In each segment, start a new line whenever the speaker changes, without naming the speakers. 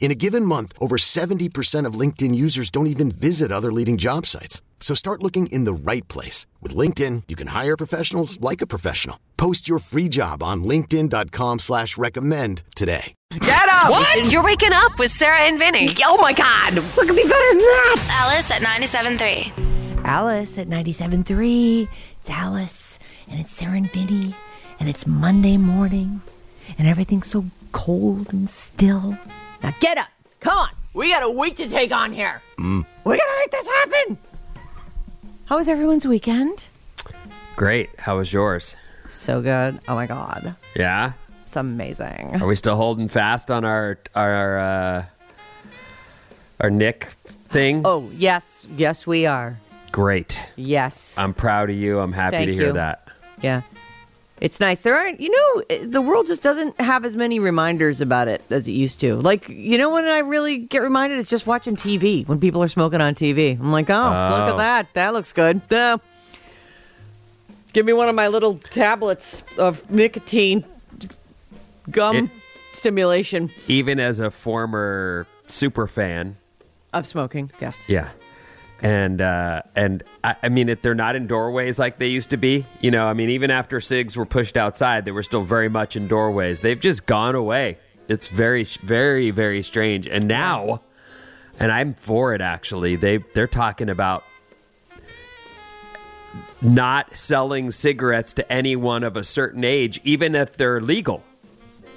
In a given month, over 70% of LinkedIn users don't even visit other leading job sites. So start looking in the right place. With LinkedIn, you can hire professionals like a professional. Post your free job on linkedin.com slash recommend today.
Get up! What?
You're waking up with Sarah and Vinny.
Oh my God! What could be better than that?
Alice at 97.3.
Alice at 97.3. It's Alice, and it's Sarah and Vinny, and it's Monday morning, and everything's so cold and still.
Now get up! Come on! We got a week to take on here. We're gonna make this happen.
How was everyone's weekend?
Great. How was yours?
So good. Oh my God.
Yeah.
It's amazing.
Are we still holding fast on our our uh, our Nick thing?
Oh, yes. Yes, we are.
Great.
Yes.
I'm proud of you. I'm happy
Thank
to hear
you.
that.
yeah. It's nice. There aren't, you know, eh, the world just doesn't have as many reminders about it as it used to. Like, you know, when I really get reminded, it's just watching TV when people are smoking on TV. I'm like, oh, look at
Oh.
that. That looks good. Yeah. Give me one of my little tablets of nicotine gum
It-
stimulation
Even as a former super fan.
of smoking. Yes.
Yeah. And uh, and I, I mean, if they're not in doorways like they used to be, you know, I mean, even after SIGs were pushed outside, they were still very much in doorways. They've just gone away. It's very, very, very strange. And now, and I'm for it actually. They they're talking about not selling cigarettes to anyone of a certain age, even if they're legal.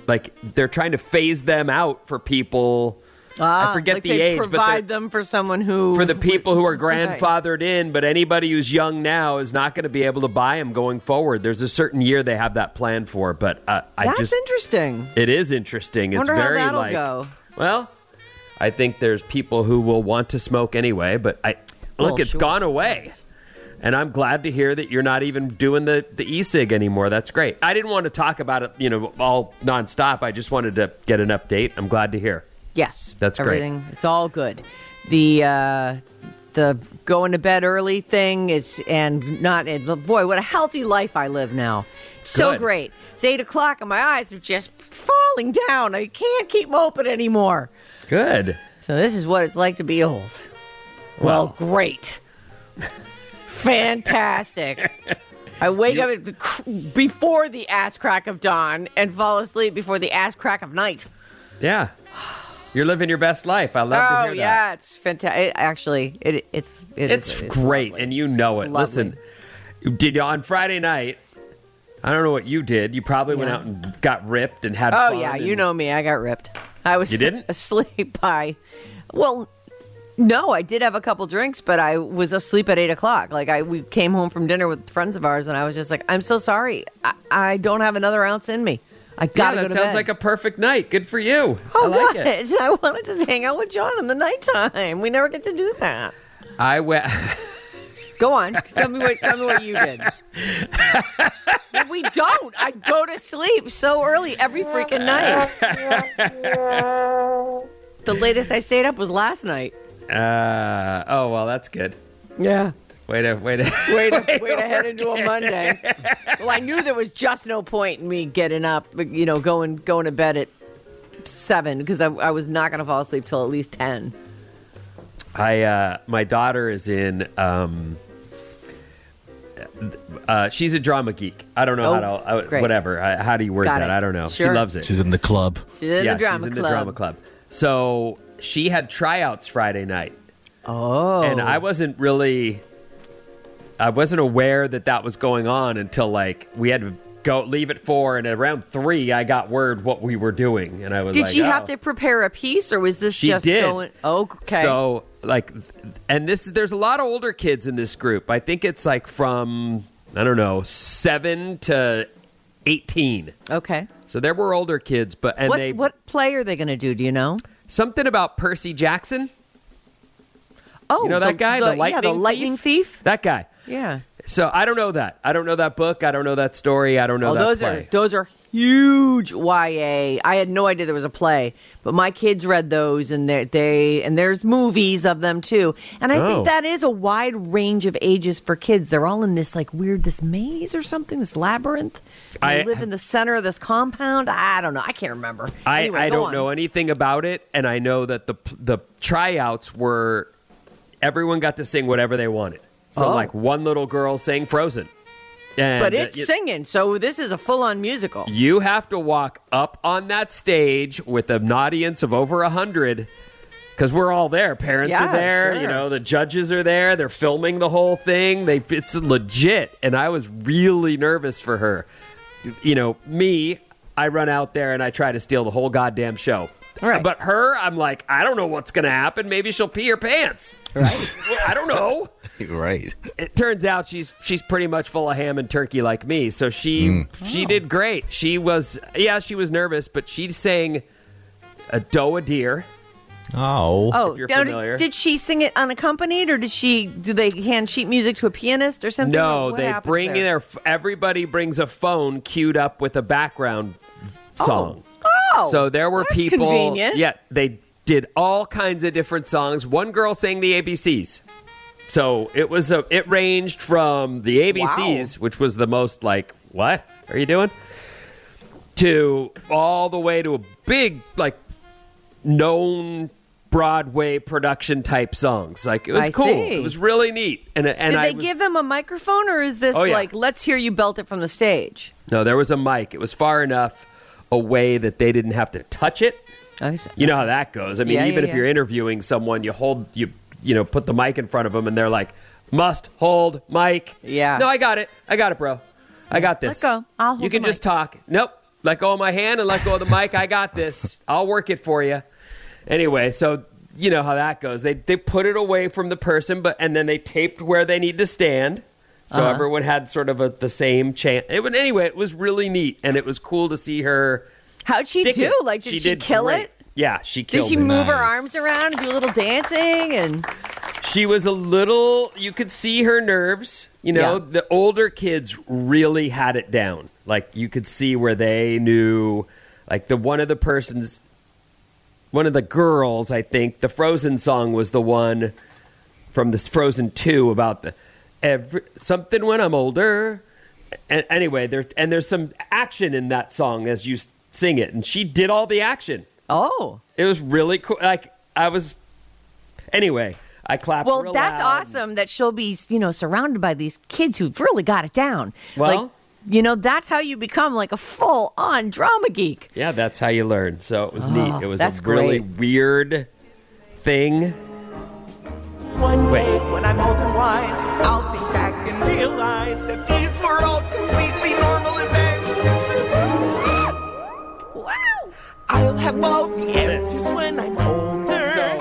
Like they're trying to phase them out for people. I forget
Ah, like
the
they
age, but they're-
provide them for someone who
for the people who are
Right.
grandfathered in, but anybody who's young now is not going to be able to buy them going forward. There's a certain year they have that plan for, but uh, I
That's
just
interesting.
it is interesting. It's
Wonder how
very
that'll
like
go.
well, I think there's people who will want to smoke anyway, but I
Well,
look,
Oh,
it's
sure,
gone
of
away.
course.
And I'm glad to hear that you're not even doing the, the e-cig anymore. That's great. I didn't want to talk about it, you know, all nonstop. I just wanted to get an update. I'm glad to hear.
Yes,
That's great.
everything. It's all good. The uh, the going to bed early thing is and not. and boy, what a healthy life I live now. So
Good.
great. It's eight o'clock and my eyes are just falling down. I can't keep 'em open anymore.
Good.
So this is what it's like to be old. Well, great. Fantastic. I wake up at the cr- before the ass crack of dawn and fall asleep before the ass crack of night.
Yeah. You're living your best life. I love to
Oh
hear that.
yeah, it's fantastic. It, actually, it, it's it
It's,
is-
great,
lovely.
and you know
It's
it.
lovely.
Listen, you did on Friday night? I don't know what you did. You probably went
Yeah.
out and got ripped and had.
Oh
fun
yeah, you
and-
know me. I got ripped. I was
You didn't?
asleep by. Well, no, I did have a couple drinks, but I was asleep at eight o'clock. Like I, we came home from dinner with friends of ours, and I was just like, "I'm so sorry. I, I don't have another ounce in me. I
Yeah,
gotta
that
go to
sounds
bed."
like a perfect night. Good for you.
Oh
I
God!
like it.
I wanted to hang out with John in the nighttime. We never get to do that.
I went.
Go on. Tell me what. Tell me what you did. But we don't. I go to sleep so early every freaking night. the latest I stayed up was last night.
Uh, oh well, that's good.
Yeah.
Wait a wait a.
Way to, way to head into a Monday. Well, I knew there was just no point in me getting up, you know, going going to bed at seven because I, I was not going to fall asleep till at least ten.
I uh, my daughter is in. Um, uh, she's a drama geek. I don't know
Oh,
how to uh,
great.
whatever. Uh, how do you word
Got
that?
it.
I don't know.
Sure.
She loves it.
She's in the club.
She's in
yeah,
the drama
she's in
club.
the drama club. So she had tryouts Friday night,
Oh,
and I wasn't really, I wasn't aware that that was going on until like we had go leave at four, and around three, I got word what we were doing, and I was
Did
like,
she have
"Oh."
to prepare a piece, or was this
She
just
did.
going? Okay.
So like, and this is there's a lot of older kids in this group. I think it's like from I don't know seven to eighteen.
okay.
So there were older kids, but and
What
they
what play are they going to do? Do you know?
something about Percy Jackson.
Oh,
You know that guy, the
yeah, the
lightning
lightning thief.
That guy.
Yeah.
So I don't know that. I don't know that book. I don't know that story. I don't know
Oh,
that
those
play.
are those are huge YA. I had no idea there was a play, but my kids read those, and they they and there's movies of them too. And I
Oh.
think that is a wide range of ages for kids. They're all in this like weird this maze or something, this labyrinth. And
I-
they live in the center of this compound. I don't know. I can't remember.
I,
Anyway,
I
go
don't
on.
know anything about it, and I know that the the tryouts were everyone got to sing whatever they wanted. So
Oh.
like one little girl sang Frozen, and
But
uh,
it's
you,
singing, so this is a full on musical.
you have to walk up on that stage with an audience of over a hundred. Because we're all there, parents
Yeah,
are there, you
sure.
know, the judges are there. They're filming the whole thing. They it's legit, and I was really nervous for her. You know, me, I run out there and I try to steal the whole goddamn show.
Right.
But her, I'm like, I don't know what's going to happen. Maybe she'll pee her pants. Right. I don't know
right.
it turns out she's she's pretty much full of ham and turkey like me. So she she did great. She was yeah, she was nervous, but she sang a doe a deer.
Oh.
Oh,
you're
now, did-
familiar.
Did, she sing it unaccompanied, or did she? Do they hand sheet music to a pianist or something?
No,
What
they
happens
bring
there?
their everybody brings a phone queued up with a background song.
Oh,
so there were
that's
people
Convenient.
Yeah, they did all kinds of different songs. One girl sang the ABCs. So it was a it ranged from the ABCs, which was the most like, what are you doing? to all the way to a big like known Broadway production type songs. Like it was
I
cool.
see.
It was really neat. And and
Did
I
they
was-
give them a microphone, or is this
Oh, yeah.
like let's hear you belt it from the stage?
no, there was a mic. It was far enough away that they didn't have to touch it.
I see.
You know how that goes. I mean,
Yeah,
even
yeah,
if
yeah.
you're interviewing someone, you hold you you know put the mic in front of them, and they're like, "Must hold mic."
Yeah.
No, I got it. I got it, bro. I got this.
Let go. I'll
You
hold
can
the
just
mic.
talk. Nope. Let go of my hand and let go of the mic. I got this. I'll work it for you. Anyway, so you know how that goes. They they put it away from the person, but and then they taped where they need to stand. So
Uh-huh.
everyone had sort of a, the same chance. It, but anyway, it was really neat, and it was cool to see her.
How'd she
stick
do?
it.
Like, did she, kill
great.
it?
Yeah, she killed
Did she
it.
move her
Nice.
arms around, do a little dancing, and
She was a little. You could see her nerves. You know,
Yeah.
the older kids really had it down. Like you could see where they knew. Like the one of the persons, one of the girls, I think the Frozen song was the one from this Frozen Two about the every something when I'm older. And anyway, there and there's some action in that song as you s- sing it, and she did all the action.
oh,
It was really cool. Like I was. Anyway, I clapped.
well,
real
that's
loud.
awesome that she'll be you know surrounded by these kids who've really got it down.
Well-
like, you know that's how you become like a full on drama geek.
Yeah, that's how you learn. So it was neat. It was a
Ah, that's
really
great.
weird thing.
One
Wait.
day when I'm old and wise, I'll think back and realize that these were all completely normal events.
Wow.
I'll have all the
This.
answers when I'm older.
So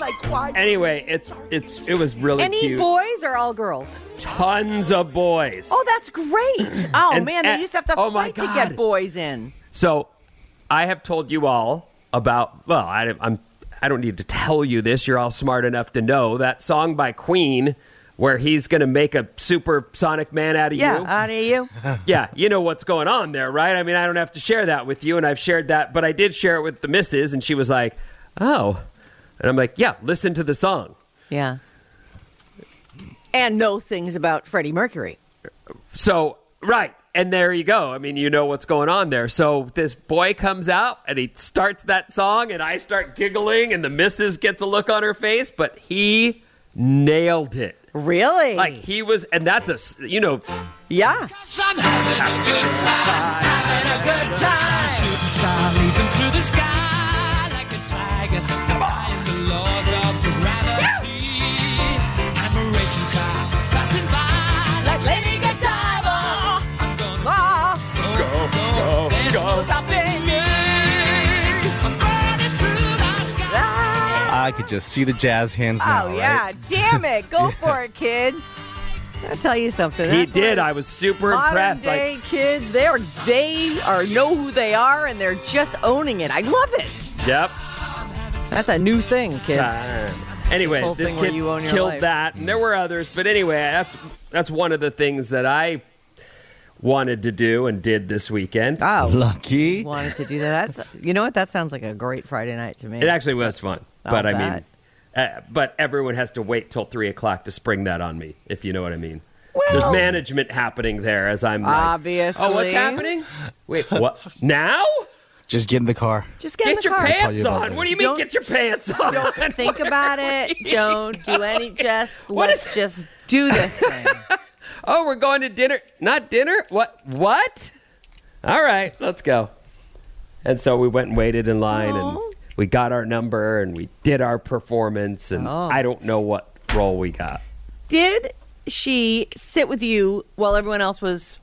like why?
anyway, it's it's it was really
Any
cute.
boys or all girls?
Tons of boys.
Oh, that's great. Oh
And-
man, they
and-
used to have to
oh, my
fight to get
God.
boys in.
So I have told you all about. Well, I, I'm. I don't need to tell you this. You're all smart enough to know that song by Queen, where he's going to make a supersonic man out of
Yeah,
you.
out of you.
yeah, you know what's going on there, right? I mean, I don't have to share that with you, and I've shared that, but I did share it with the missus, and she was like, "Oh," and I'm like, "Yeah, listen to the song."
Yeah. And know things about Freddie Mercury.
So right, and there you go. I mean, you know what's going on there. So this boy comes out and he starts that song, and I start giggling, and the missus gets a look on her face, but he nailed it.
Really?
Like he was, and that's a s- you know
yeah. Ah.
stopping me.
I could just see the jazz hands now.
Ah. Oh yeah,
right?
damn it, go for it, kid. I'll tell you something.
He
That's what
did. I was super
modern
impressed.
Day
Like,
kids, they are they are know who they are and they're just owning it. I love it.
yep.
That's a new thing, kids.
time. Anyway,
This whole
this,
thing where
kid
you own your
killed
life.
that, and there were others. But anyway, that's that's one of the things that I wanted to do and did this weekend.
Oh,
Lucky.
wanted to do that. That's, you know what? That sounds like a great Friday night to me.
It actually was fun, but I mean,
bet.
uh, but everyone has to wait till three o'clock to spring that on me, if you know what I mean. There's management happening there as I'm like,
Obviously.
Oh, what's happening? Wait, what now?
Just get in the car.
Just get, in
Get
the
your
car.
tell you
pants
about
on.
it.
What do you mean,
Don't-
get your pants on?
Don't think
Where
about
are
it.
we
Don't do any. Just
What
let's
is-
just do this thing.
Oh, we're going to dinner. Not dinner? What? What? All right, let's go. And so we went and waited in line and we got our number and we did our performance and
Oh.
I don't know what role we got.
Did she sit with you while everyone else was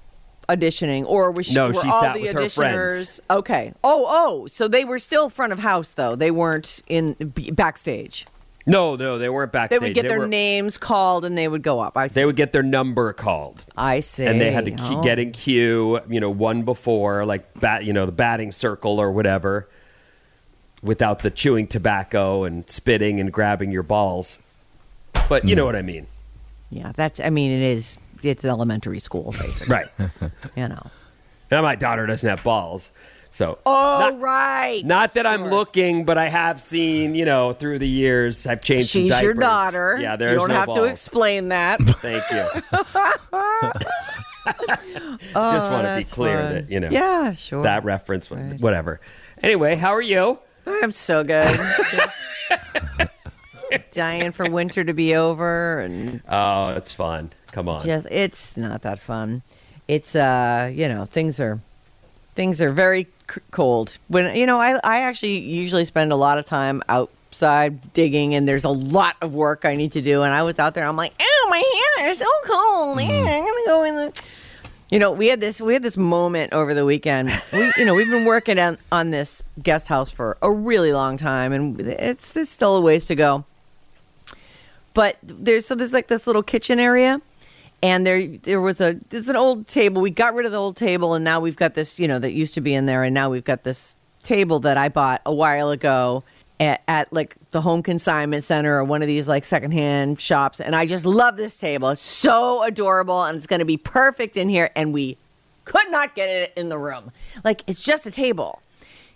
auditioning, or was she?
No,
were
she
all
sat
the
with her
auditioners?
friends.
Okay. Oh, oh. So they were still front of house, though. They weren't in b- backstage.
No, no, they weren't
They
backstage.
would get their
were-
names called, and they would go up. I see.
They would get their number called.
I see.
And they had to ke-
Oh.
get in queue, you know, one before, like bat, you know, the batting circle or whatever, without the chewing tobacco and spitting and grabbing your balls. But you know what I mean,
Oh, Yeah, that's. I mean, it is. It's elementary school, basically.
right?
you know.
Now my daughter doesn't have balls, so
Oh
not,
right.
not that I'm looking, but I have seen, you know, through the years, I've changed. some
She's your
diapers.
daughter.
Yeah, there's
You don't
no
have to
balls.
explain that.
Thank you. Just want to be
Oh, that's
clear
fun.
that you know
yeah, sure.
that reference, was whatever. Anyway, how are you?
I'm so good. Dying for winter to be over and
Oh, it's fun. Come on.
just it's not that fun. It's uh, you know, things are things are very c- cold. When you know, I I actually usually spend a lot of time outside digging and there's a lot of work I need to do and I was out there I'm like, "Oh, my hands are so cold. Eh, I'm going to go in the you know, we had this we had this moment over the weekend. We, you know, we've been working on, on this guest house for a really long time, and it's there's still a ways to go. But there's so there's like this little kitchen area, and there there was a there's an old table. We got rid of the old table, and now we've got this you know that used to be in there, and now we've got this table that I bought a while ago. At, at like the home consignment center or one of these like secondhand shops and i just love this table it's so adorable and it's going to be perfect in here and we could not get it in the room like it's just a table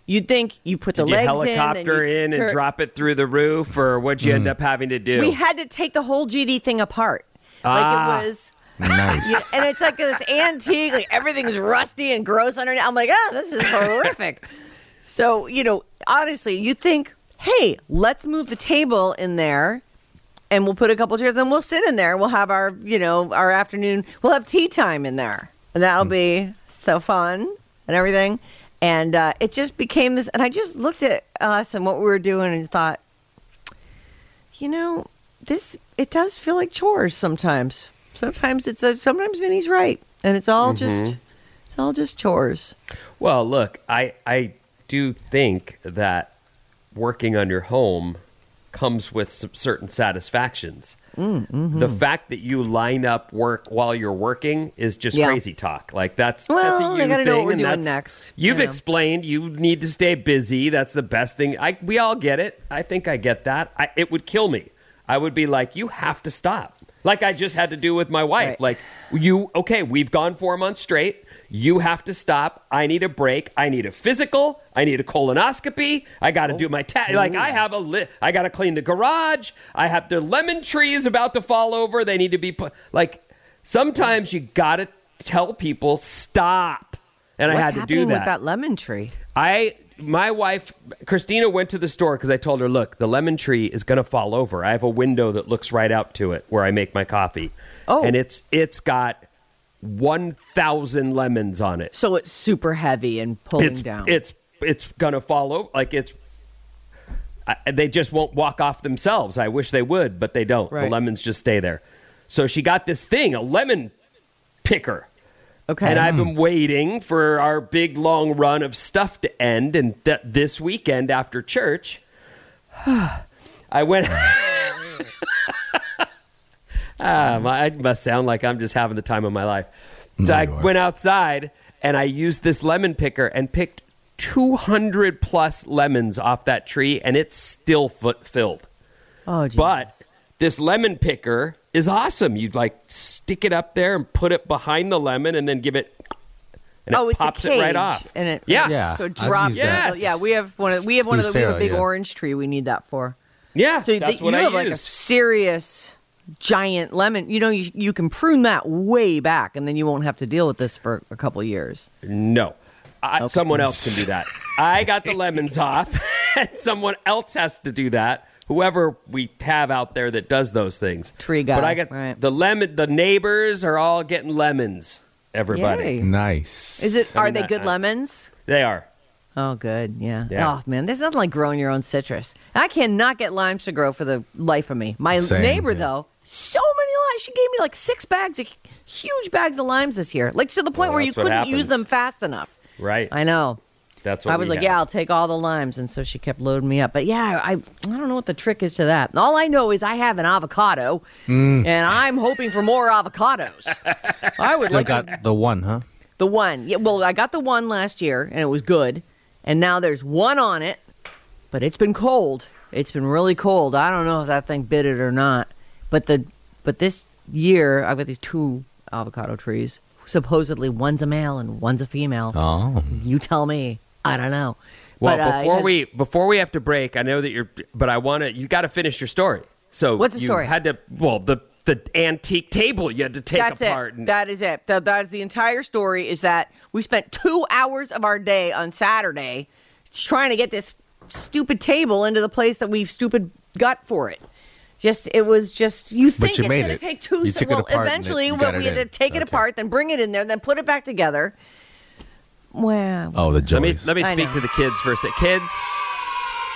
you'd think you put the
Did you
legs
helicopter
in and, you
in and
tur-
drop it through the roof, or what'd you end up having to do?
we had to take the whole GD thing apart.
Ah.
Like it was,
Nice.
yeah, and it's like this antique, like everything's rusty and gross underneath. I'm like, oh, this is horrific. so, you know, honestly, you think, hey, let's move the table in there and we'll put a couple chairs and we'll sit in there and we'll have our, you know, our afternoon, we'll have tea time in there. And that'll be so fun and everything. And uh, it just became this. And I just looked at us and what we were doing and thought, you know, this it does feel like chores sometimes. Sometimes it's a sometimes Vinny's right, and it's all
Mm-hmm.
just it's all just chores.
Well, look, I I do think that working on your home comes with some certain satisfactions.
Mm, mm-hmm.
The fact that you line up work while you're working is just
Yeah.
crazy talk. Like that's that's
Well,
a
I
you
gotta
thing.
know what we're
and
doing
that's-
next,
You've
you know.
explained you need to stay busy. That's the best thing. I we all get it. I think I get that. I, it would kill me. I would be like, you have to stop. Like I just had to do with my wife.
Right.
Like you, okay, we've gone four months straight. You have to stop. I need a break. I need a physical. I need a colonoscopy. I got to do my ta-
Oh.
like I have a li- I got to clean the garage. I have the lemon trees about to fall over. They need to be put like. Sometimes you got to tell people stop, and I
What's
had to
happening
do
with that lemon tree?
I my wife Christina went to the store because I told her, look, the lemon tree is going to fall over. I have a window that looks right out to it where I make my coffee.
Oh.
and it's it's got one thousand lemons on it.
So it's super heavy and pulling
It's
down.
it's it's going to fall over. Like it's. I, they just won't walk off themselves. I wish they would, but they don't.
Right.
The lemons just stay there. So she got this thing, a lemon picker.
Okay.
And I've been waiting for our big long run of stuff to end. And th- this weekend after church, I went. ah, my, I must sound like I'm just having the time of my life. So I went outside and I used this lemon picker and picked 200 plus lemons off that tree, and it's still foot filled.
Oh, geez.
But this lemon picker is awesome. You'd like stick it up there and put it behind the lemon and then give it and
oh,
it
it's a
pops
cage,
it right off.
and it
yeah.
Yeah.
so it
I've
drops.
used that.
it. yeah, we have one. Of, we have one of
Through
the, we have a
Sarah,
big
yeah.
orange tree. We need that for.
Yeah.
So
that's
that,
what
you
I
have like a
used.
serious giant lemon. You know, you you can prune that way back, and then you won't have to deal with this for a couple years.
No. I, Someone else can do that. I got the lemons off, and someone else has to do that. Whoever we have out there that does those things.
Tree guy,
But I got
right.
the lemon. The neighbors are all getting lemons. Everybody.
Yay.
Nice.
Is it? Are
mean,
they
I-
good
I-
lemons?
They are.
Oh, good. Yeah.
Yeah.
Oh man, there's nothing like growing your own citrus. I cannot get limes to grow for the life of me. My
Same,
neighbor
yeah.
though, so many limes. She gave me like six bags, of, huge bags of limes this year. Like to the point
Well,
where you
that's what
couldn't use
happens.
them fast enough.
Right.
I know.
That's what
I was
we
like,
have.
yeah, I'll take all the limes, and so she kept loading me up. But yeah, I I don't know what the trick is to that. All I know is I have an avocado,
Mm.
and I'm hoping for more avocados. I would
Still
like
got the one, huh?
the one. Yeah, well, I got the one last year, and it was good. And now there's one on it, but it's been cold. It's been really cold. I don't know if that thing bit it or not. But the but this year I've got these two avocado trees. Supposedly one's a male and one's a female.
Oh.
You tell me. I don't know.
Well,
But, uh, it
before
has-
we before we have to break, I know that you're, but I want to. You got to finish your story. So
What's the
you
story?
Had to well the the antique table you had to take
That's
apart.
it. That is it. That, that is the entire story. Is that we spent two hours of our day on Saturday trying to get this stupid table into the place that we stupid got for it. Just it was just you think
you
it's going
made
to
it.
take two.
You
se-
took it
well,
apart and it-
eventually
you
we
got it
we had to
in.
take it
Okay.
apart, then bring it in there, then put it back together. Wow.
Oh, the
let me
joys.
let me
I
speak
know.
to the kids for a sec. Kids,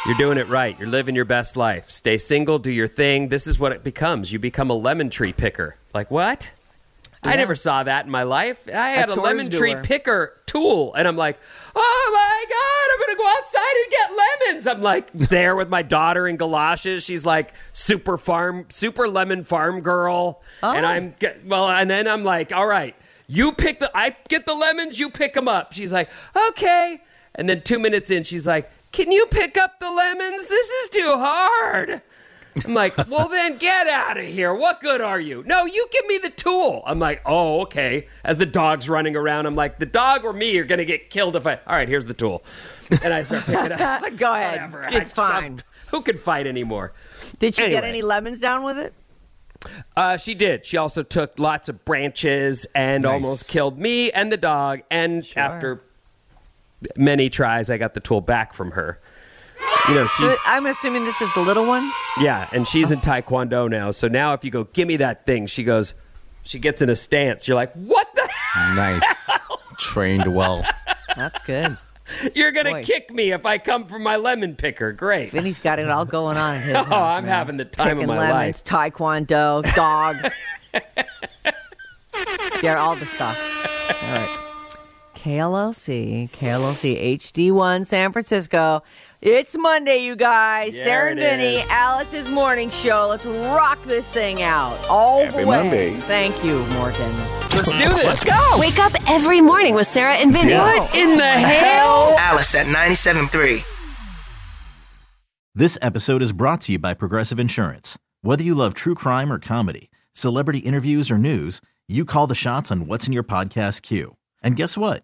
you're doing it right. You're living your best life. Stay single. Do your thing. This is what it becomes. You become a lemon tree picker. Like what? I never saw that in my life. I had a,
chores
lemon tree
doer.
picker tool, and I'm like, oh my god, I'm gonna go outside and get lemons. I'm like there with my daughter in galoshes. She's like super farm, super lemon farm girl, and
Oh.
I'm get- well, and then I'm like, all right, you pick the, I get the lemons, you pick them up. She's like, okay, and then two minutes in, she's like, can you pick up the lemons? This is too hard. I'm like, well, then get out of here. What good are you? No, you give me the tool. I'm like, oh, okay. As the dog's running around, I'm like, the dog or me are going to get killed if I. All right, here's the tool. And I start picking it up. Like,
Go ahead.
Whatever.
It's
I just-
fine.
Who can fight anymore?
Did she get
Anyway.
any lemons down with it?
Uh, she did. She also took lots of branches and almost killed me and the dog. And after many tries, I got the tool back from her. You know, she's
So Uh, I'm assuming this is the little one.
Yeah, and she's in Taekwondo now. So now if you go, give me that thing, she goes, she gets in a stance. You're like, what the hell?
nice. Trained well.
That's good.
You're going
Boy.
to kick me if I come from my lemon picker. Great.
Vinny's got it all going on in his
Oh,
house,
I'm
man.
having the time of
Picking
my
lemons, Taekwondo, dog. yeah, all the stuff. All right. KLLC, KLLC HD1 San Francisco. It's Monday, you guys.
There
Sarah and
it
Vinny,
is.
Alice's morning show. Let's rock this thing out all the way.
Monday.
Thank you, Morgan.
Let's do this.
Oh, Wake up every morning with Sarah and Vinny.
What in the hell?
Alice at 97.3.
This episode is brought to you by Progressive Insurance. Whether you love true crime or comedy, celebrity interviews or news, you call the shots on what's in your podcast queue. And guess what?